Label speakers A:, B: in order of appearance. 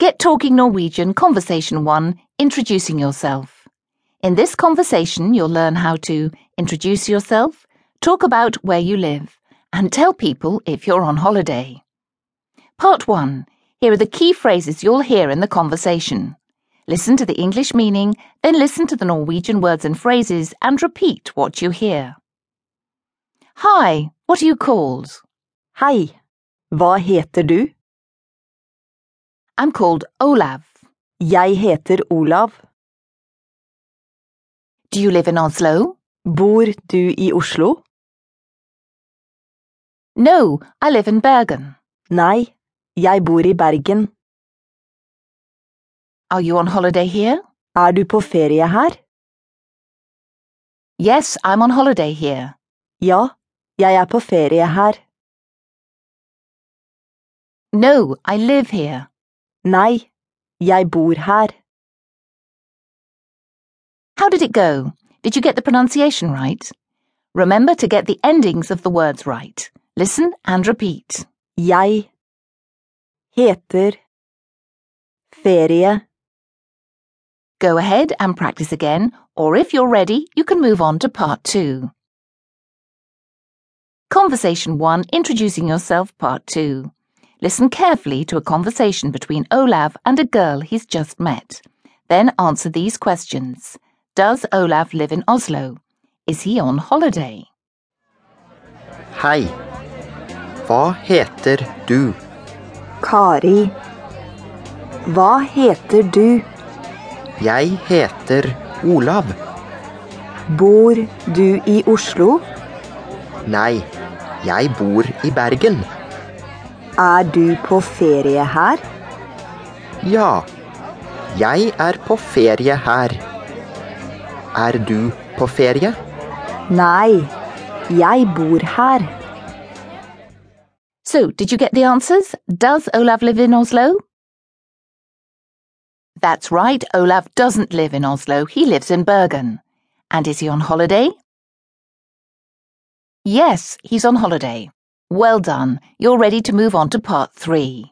A: Get Talking Norwegian Conversation 1 Introducing Yourself. In this conversation, you'll learn how to introduce yourself, talk about where you live, and tell people if you're on holiday. Part 1 Here are the key phrases you'll hear in the conversation. Listen to the English meaning, then listen to the Norwegian words and phrases and repeat what you hear. Hi, what are you called?
B: Hei, hva heter du?
A: I'm called Olav.
B: Jeg heter Olav.
A: Do you live in Oslo?
B: Bor du i Oslo?
A: No, I live in Bergen.
B: Nei, jeg bor i Bergen.
A: Are you on holiday here?
B: Er du på ferie her?
A: Yes, I'm on holiday here.
B: Ja, jeg er på ferie her.
A: No, I live here.
B: Nei, jeg bor her.
A: How did it go? Did you get the pronunciation right? Remember to get the endings of the words right. Listen and repeat.
B: Jeg heter ferie.
A: Go ahead and practice again, or if you're ready, you can move on to part two. Conversation one Introducing Yourself, part two. Listen carefully to a conversation between Olav and a girl he's just met. Then answer these questions Does Olav live in Oslo? Is he on holiday?
C: Hei. Hva heter du?
B: Kari. Hva heter du?
C: Jeg heter Olav.
B: Bor du i Oslo?
C: Nei, jeg bor i Bergen.
B: Er du på ferie her?
C: Ja, jeg er på ferie her. Er du på ferie?
B: Nei, jeg bor her.
A: So, did you get the answers? Does Olav live in Oslo? That's right, Olav doesn't live in Oslo, he lives in Bergen. And is he on holiday? Yes, he's on holiday. Well done, you're ready to move on to part three.